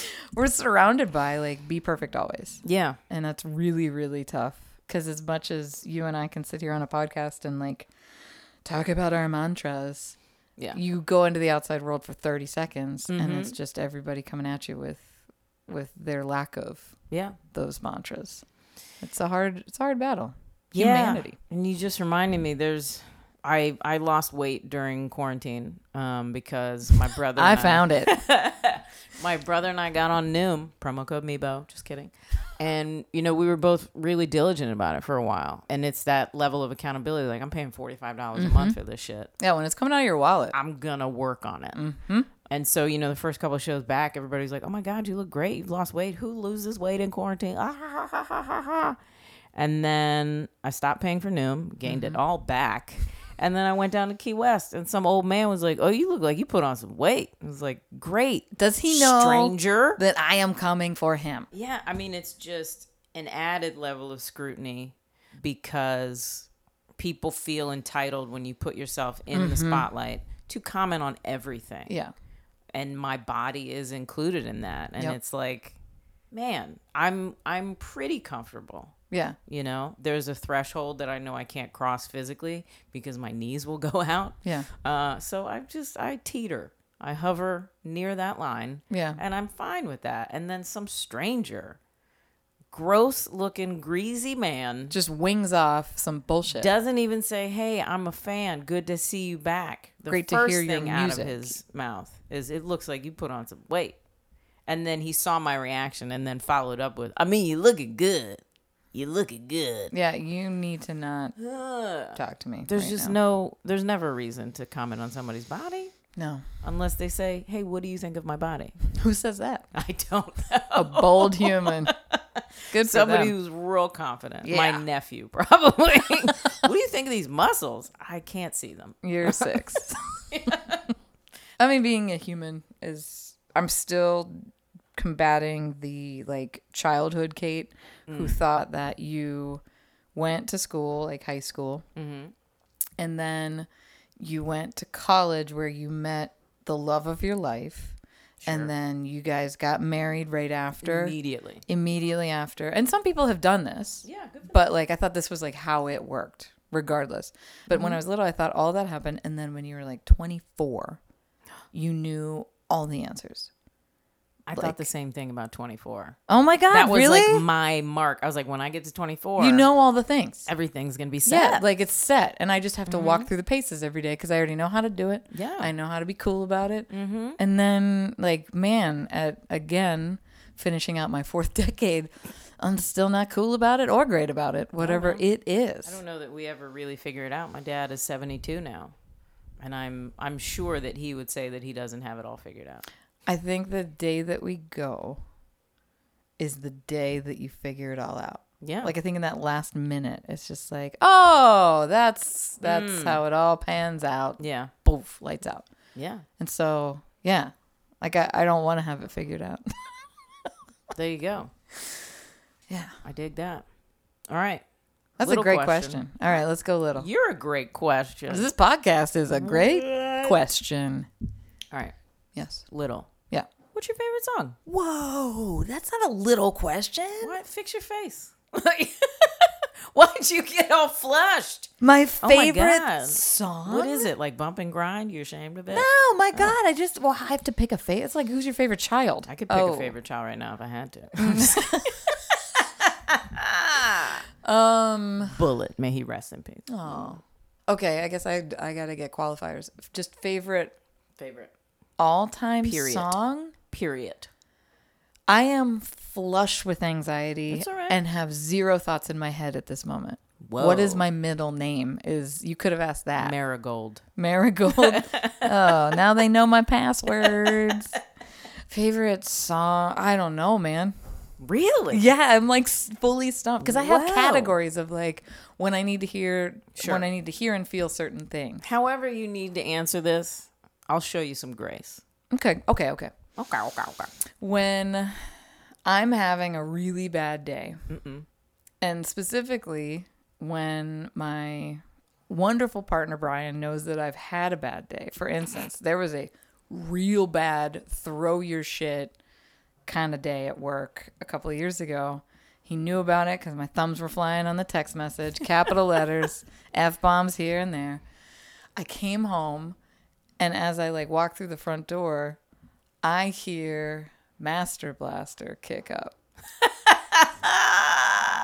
S2: we're surrounded by like be perfect always
S1: Yeah.
S2: and that's really really tough Because as much as you and I can sit here on a podcast and like talk about our mantras,
S1: Yeah. Mm-hmm.
S2: you go into the outside world for 30 seconds and it's just everybody coming at you with with their lack of
S1: Yeah.
S2: those mantras. It's a hard it's a hard battle. Humanity.
S1: Yeah. And you just reminded me there's I I lost weight during quarantine um because my brother
S2: I
S1: and
S2: found it.
S1: my brother and I got on Noom, promo code Mebo, just kidding. And you know, we were both really diligent about it for a while. And it's that level of accountability like I'm paying $45 dollars a
S2: Mm-hmm.
S1: month for this shit.
S2: yeah, when it's coming out of your wallet.
S1: I'm gonna work on it. And so, you know, the first couple of shows back, everybody's like, "Oh my god, you look great! You've lost weight. Who loses weight in quarantine?" Ah, ha, ha, ha, ha, ha, ha. And then I stopped paying for Noom, gained it all back, and then I went down to Key West, and some old man was like, "Oh, you look like you put on some weight." I was like, "Great,
S2: Does he know
S1: stranger."
S2: that I am coming for him?
S1: Yeah, I mean, it's just an added level of scrutiny because people feel entitled when you put yourself in the spotlight to comment on everything.
S2: Mm-hmm. Yeah.
S1: And my body is included in that. And
S2: Yep.
S1: it's like, man, I'm I'm pretty comfortable.
S2: Yeah.
S1: You know, there's a threshold that I know I can't cross physically because my knees will go out.
S2: Yeah.
S1: Uh, so I just I teeter. I hover near that line.
S2: Yeah.
S1: And I'm fine with that. And then some stranger, gross looking, greasy man
S2: Just wings off some bullshit.
S1: doesn't even say, Hey, I'm a fan. Good to see you back. The
S2: Great to
S1: first
S2: hear your
S1: thing out
S2: music.
S1: of his mouth is it looks like you put on some weight. And then he saw my reaction and then followed up with, I mean, you looking good. You looking good.
S2: yeah, you need to not
S1: Ugh.
S2: talk to me.
S1: There's
S2: right
S1: just
S2: now.
S1: no there's never a reason to comment on somebody's body
S2: no.
S1: unless they say, Hey, what do you think of my body?
S2: Who says that?
S1: I don't know.
S2: A bold human. Good
S1: Somebody
S2: for Oh, them.
S1: who's real confident.
S2: Yeah.
S1: My nephew, probably. what do you think of these muscles? I can't see them.
S2: Year six. I mean, being a human is. I'm still combating the like childhood Kate
S1: Mm.
S2: who thought that you went to school, like high school,
S1: Mm-hmm.
S2: and then you went to college where you met the love of your life. And then you guys got married right after.
S1: Immediately.
S2: immediately after. And some people have done this.
S1: Yeah, good for
S2: But like I thought this was like how it worked, regardless. But
S1: Mm-hmm.
S2: when I was little, I thought all that happened and then when you were like 24, you knew all the answers.
S1: I thought the same thing about 24.
S2: Oh my god,
S1: That was
S2: really?
S1: like my mark. I was like, when I get to 24,
S2: you know all the things.
S1: everything's going to be set. Mm-hmm.
S2: Yeah, like it's set and I just have to walk through the paces every day cuz I already know how to do it.
S1: Yeah.
S2: I know how to be cool about it. Mm-hmm. And then like man, at again finishing out my fourth decade, I'm still not cool about it or great about it, whatever it is.
S1: Oh, I don't know that we ever really figure it out. My dad is 72 now. And I'm I'm sure that he would say that he doesn't have it all figured out.
S2: I think the day that we go is the day that you figure it all out.
S1: Yeah.
S2: Like I think in that last minute, it's just like, oh, that's that's how it all pans out.
S1: yeah.
S2: Boof, lights out.
S1: Yeah.
S2: And so, yeah, like I, I don't want to have it figured out.
S1: There you go.
S2: yeah,
S1: I dig that. All right.
S2: that's
S1: Little
S2: a great question.
S1: question.
S2: All right, let's go little.
S1: You're a great question.
S2: This podcast is a great question.
S1: all right.
S2: Yes.
S1: Little.
S2: Yeah.
S1: What's your favorite song?
S2: Whoa, that's not a little question.
S1: What? Fix your face. Why'd you get all flushed?
S2: My
S1: my
S2: favorite
S1: God.
S2: song.
S1: What is it? Like bump and grind? You're ashamed of it?
S2: Oh my god! I just well, I have to pick a favorite. It's like who's your favorite child?
S1: I could pick
S2: Oh.
S1: a favorite child right now if I had to.
S2: Um.
S1: Bullet. May he rest in peace.
S2: Okay, I guess I I gotta get qualifiers. Just favorite
S1: Favorite.
S2: all time
S1: Period.
S2: song.
S1: Period.
S2: I am flush with anxiety
S1: all right.
S2: and have zero thoughts in my head at this moment. What is
S1: Whoa.
S2: my middle name? Is you could have asked
S1: Ah.
S2: that
S1: Marigold.
S2: Marigold. oh, now they know my passwords. Favorite song? I don't know, man.
S1: Really?
S2: Yeah, I'm like s- fully stumped because I have
S1: Wow.
S2: categories of like when I need to hear, when I need to hear and feel certain things.
S1: However, you need to answer this, I'll show you some grace.
S2: Okay, okay, okay.
S1: Okay, okay, okay.
S2: When I'm having a really bad day, and specifically when my wonderful partner Brian knows that I've had a bad day. For instance, there was a real bad throw your shit kind of day at work a couple of years ago. He knew about it because my thumbs were flying on the text message, capital letters, F bombs here and there. I came home, and as I like walk through the front door, I hear Master Blaster kick up.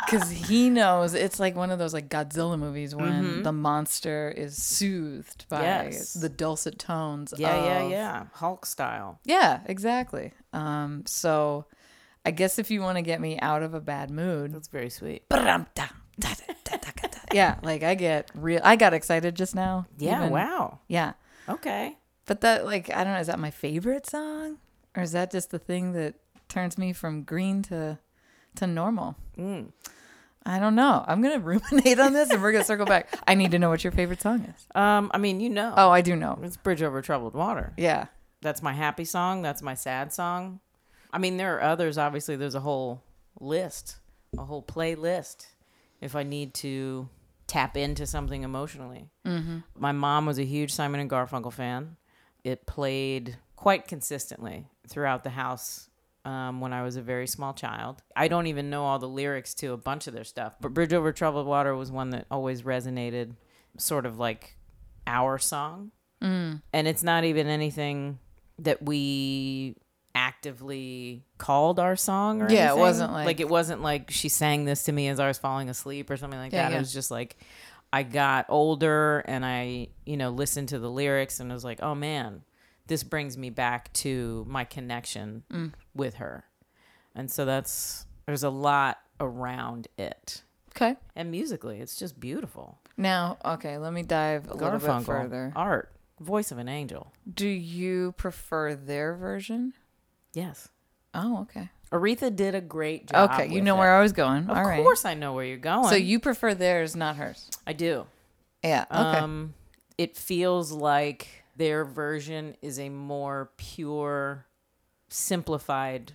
S2: Because he knows it's like one of those like Godzilla movies when the monster is soothed by
S1: Mm-hmm. Yes.
S2: the dulcet tones.
S1: Yeah, yeah,
S2: of-
S1: yeah. Hulk style.
S2: yeah, exactly. Um, so I guess if you want to get me out of a bad mood,
S1: That's very sweet.
S2: yeah, like I get real. I got excited just now.
S1: Yeah,
S2: even.
S1: wow.
S2: Yeah,
S1: Okay.
S2: but that like I don't know. Is that my favorite song, or is that just the thing that turns me from green to to normal? I don't know. I'm gonna ruminate on this, and we're gonna circle back. I need to know what your favorite song is.
S1: Um, I mean, you know,
S2: Oh, I do know.
S1: it's Bridge Over Troubled Water.
S2: Yeah,
S1: That's my happy song. That's my sad song. I mean, there are others. Obviously, there's a whole list, a whole playlist if I need to tap into something emotionally. Mm-hmm. My mom was a huge Simon and Garfunkel fan. It played quite consistently throughout the house um, when I was a very small child. I don't even know all the lyrics to a bunch of their stuff, but Bridge Over Troubled Water was one that always resonated, sort of like our song
S2: Mm.
S1: and it's not even anything that we actively called our song or
S2: Yeah, it
S1: anything.
S2: wasn't like-
S1: it wasn't like she sang this to me as I was falling asleep or something like
S2: Yeah,
S1: that.
S2: yeah.
S1: It was just like I got older and I, you know, listened to the lyrics and was like, "Oh man, this brings me back to my connection
S2: Mm.
S1: with her." And so that's there's a lot around it.
S2: okay.
S1: And musically, it's just beautiful.
S2: Now, okay, let me dive a little bit
S1: Garfunkel,
S2: further.
S1: art, voice of an angel.
S2: Do you prefer their version?
S1: Yes.
S2: Oh, okay.
S1: Aretha did a great job.
S2: okay, you
S1: with
S2: know
S1: it.
S2: where I was going. All
S1: Of
S2: right.
S1: course, I know where you're going.
S2: So you prefer theirs, not hers.
S1: I do.
S2: Yeah. Okay.
S1: Um, it feels like their version is a more pure, simplified,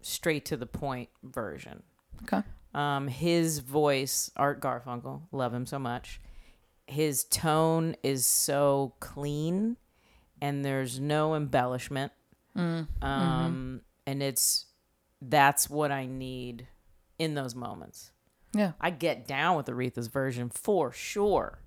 S1: straight to the point version.
S2: okay.
S1: Um, his voice, Art Garfunkel, love him so much. His tone is so clean, and there's no embellishment. um, And it's that's what I need in those moments.
S2: Yeah.
S1: I get down with Aretha's version for sure,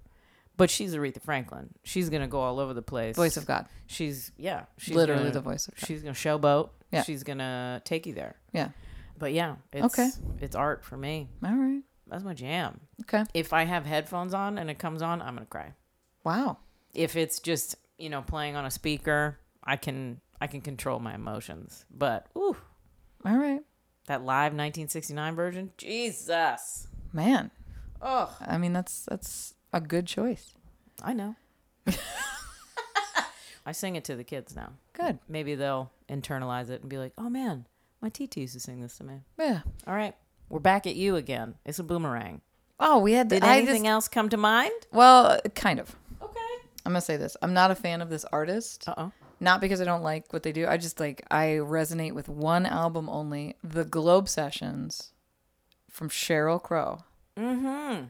S1: but she's Aretha Franklin. She's gonna go all over the place.
S2: Voice of God.
S1: She's yeah. She's
S2: Literally
S1: gonna-
S2: the voice of God.
S1: She's gonna showboat.
S2: Yeah.
S1: She's gonna take you there.
S2: Yeah.
S1: But yeah, it's,
S2: Okay.
S1: It's art for me.
S2: All right.
S1: That's my jam.
S2: Okay.
S1: If I have headphones on and it comes on, I'm gonna cry.
S2: Wow.
S1: If it's just you know playing on a speaker, I can I can control my emotions. But ooh,
S2: All right.
S1: that live 1969 version, Jesus.
S2: Man.
S1: Oh,
S2: I mean, that's that's a good choice.
S1: I know. I sing it to the kids now.
S2: Good.
S1: Maybe they'll internalize it and be like, "Oh man, my TT used to sing this to me."
S2: Yeah.
S1: All right, we're back at you again. It's a boomerang.
S2: Oh, we had the,
S1: Did
S2: I
S1: anything
S2: just,
S1: else come to mind?
S2: Well, kind of.
S1: Okay.
S2: I'm gonna say this. I'm not a fan of this artist.
S1: Uh oh.
S2: Not because I don't like what they do. I just like I resonate with one album only, The Globe Sessions from Cheryl Crow.
S1: Mm-hmm.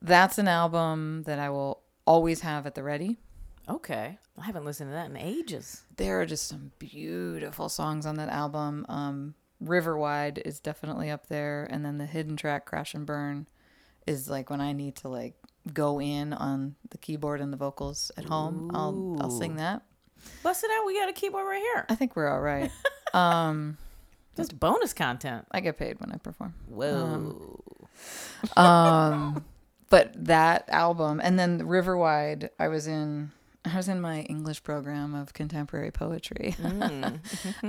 S2: That's an album that I will always have at the ready.
S1: Okay. I haven't listened to that in ages.
S2: there are just some beautiful songs on that album. Um, Riverwide is definitely up there, and then the hidden track Crash and Burn is like when I need to like go in on the keyboard and the vocals at home. I'll I'll sing that.
S1: Bust it out. We got a keyboard right here.
S2: I think we're all right. um,
S1: Just bonus content.
S2: I get paid when I perform.
S1: Whoa.
S2: um but that album and then riverwide i was in i was in my english program of contemporary poetry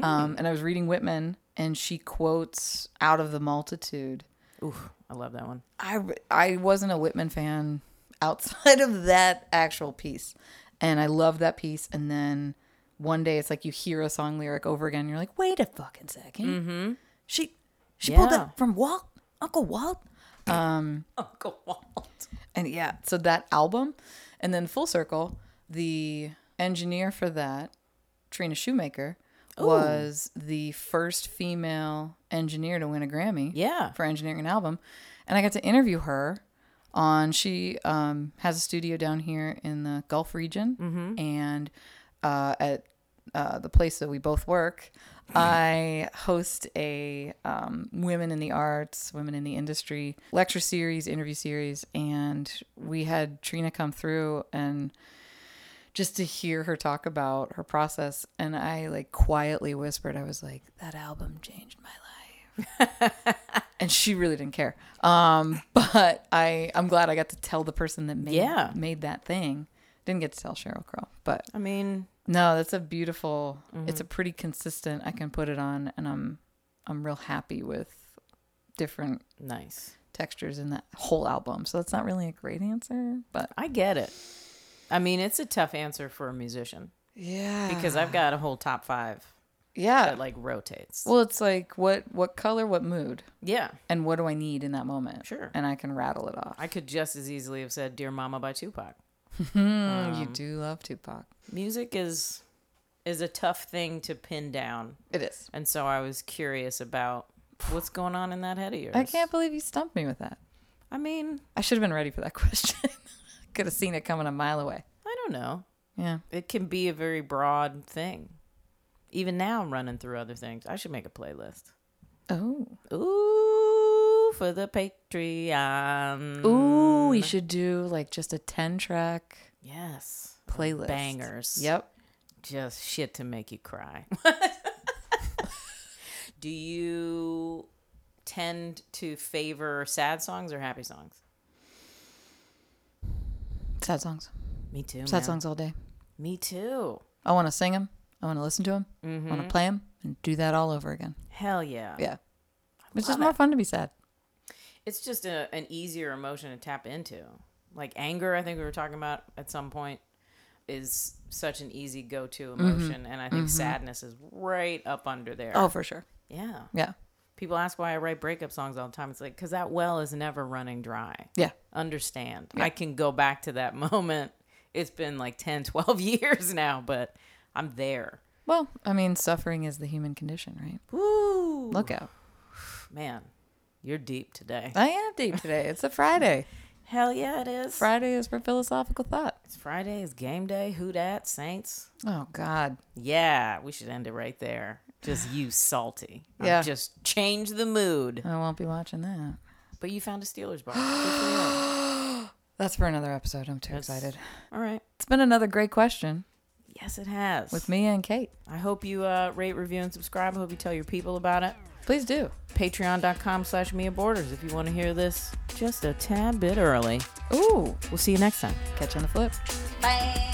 S2: um and i was reading whitman and she quotes out of the multitude
S1: Oof. I love that one.
S2: i i wasn't a whitman fan outside of that actual piece and i love that piece and then one day it's like you hear a song lyric over again and you're like wait a fucking 2nd she she pulled
S1: Yeah.
S2: that from walt uncle walt
S1: Uncle Walt.
S2: And yeah, so that album, and then Full Circle, the engineer for that, Trina Shoemaker, was the first female engineer to win a Grammy
S1: Yeah.
S2: for engineering an album. And I got to interview her on, she um, has a studio down here in the Gulf region. And uh, at uh, the place that we both work, I host a um, women in the arts, women in the industry lecture series, interview series, and we had Trina come through and just to hear her talk about her process. And I like quietly whispered, I was like, that album changed my life. and she really didn't care. Um, but I, I'm glad I got to tell the person that made,
S1: Yeah.
S2: made that thing. Didn't get to tell Cheryl Crow, but
S1: I mean,
S2: no, that's a beautiful. It's a pretty consistent. I can put it on, and I'm I'm real happy with different
S1: nice.
S2: textures in that whole album. So that's not really a great answer, but
S1: I get it. I mean, it's a tough answer for a musician
S2: yeah,
S1: because I've got a whole top five
S2: yeah.
S1: that like rotates.
S2: Well, it's like what what color, what mood,
S1: yeah,
S2: and what do I need in that moment?
S1: Sure.
S2: and I can rattle it off.
S1: I could just as easily have said "Dear Mama" by Tupac.
S2: Mm,
S1: um,
S2: you do love Tupac.
S1: Music is is a tough thing to pin down,
S2: It is.
S1: and so I was curious about what's going on in that head of yours.
S2: I can't believe you stumped me with that.
S1: I mean,
S2: I should have been ready for that question. Could have seen it coming a mile away.
S1: I don't know.
S2: Yeah.
S1: It can be a very broad thing. Even now, I'm running through other things. I should make a playlist.
S2: Oh.
S1: Ooh, for the Patreon.
S2: Ooh, we should do like just a 10 track
S1: Yes.
S2: playlist.
S1: Bangers.
S2: Yep.
S1: Just shit to make you cry. Do you tend to favor sad songs or happy songs?
S2: Sad songs.
S1: Me too.
S2: Sad
S1: man.
S2: songs all day.
S1: Me too.
S2: I want to sing them. I want to listen to them. I want to play them and do that all over again.
S1: Hell Mm-hmm. yeah.
S2: Yeah. It's
S1: love
S2: just more fun to be sad.
S1: It's just a, an easier emotion to tap into. Like anger, I think we were talking about at some point, is such an easy go to emotion. And I think sadness is right up under there.
S2: Oh, for sure.
S1: Yeah.
S2: Yeah.
S1: People ask why I write breakup songs all the time. It's like, because that well is never running dry.
S2: Yeah.
S1: Understand. I can go back to that moment. It's been like 10, 12 years now, but I'm there.
S2: Well, I mean, suffering is the human condition, right?
S1: Woo.
S2: Look out.
S1: Man, you're deep today.
S2: I am deep today. It's a Friday.
S1: Hell yeah, it is.
S2: Friday is for philosophical thought.
S1: it's Friday. It's game day. Who dat? Saints.
S2: Oh, God.
S1: Yeah, we should end it right there. Just you salty. I'm
S2: Yeah.
S1: Just change the mood.
S2: I won't be watching that.
S1: But you found a Steelers bar. Good for
S2: That's for another episode. I'm too
S1: That's-
S2: excited.
S1: you. All right.
S2: It's been another great question
S1: Yes, it has.
S2: with me and Kate.
S1: I hope you uh, rate, review, and subscribe. I hope you tell your people about it.
S2: Please do.
S1: Patreon.com slash Mia Borders if you want to hear this just a tad bit early.
S2: Ooh,
S1: We'll see you next time.
S2: catch you on the flip.
S3: Bye.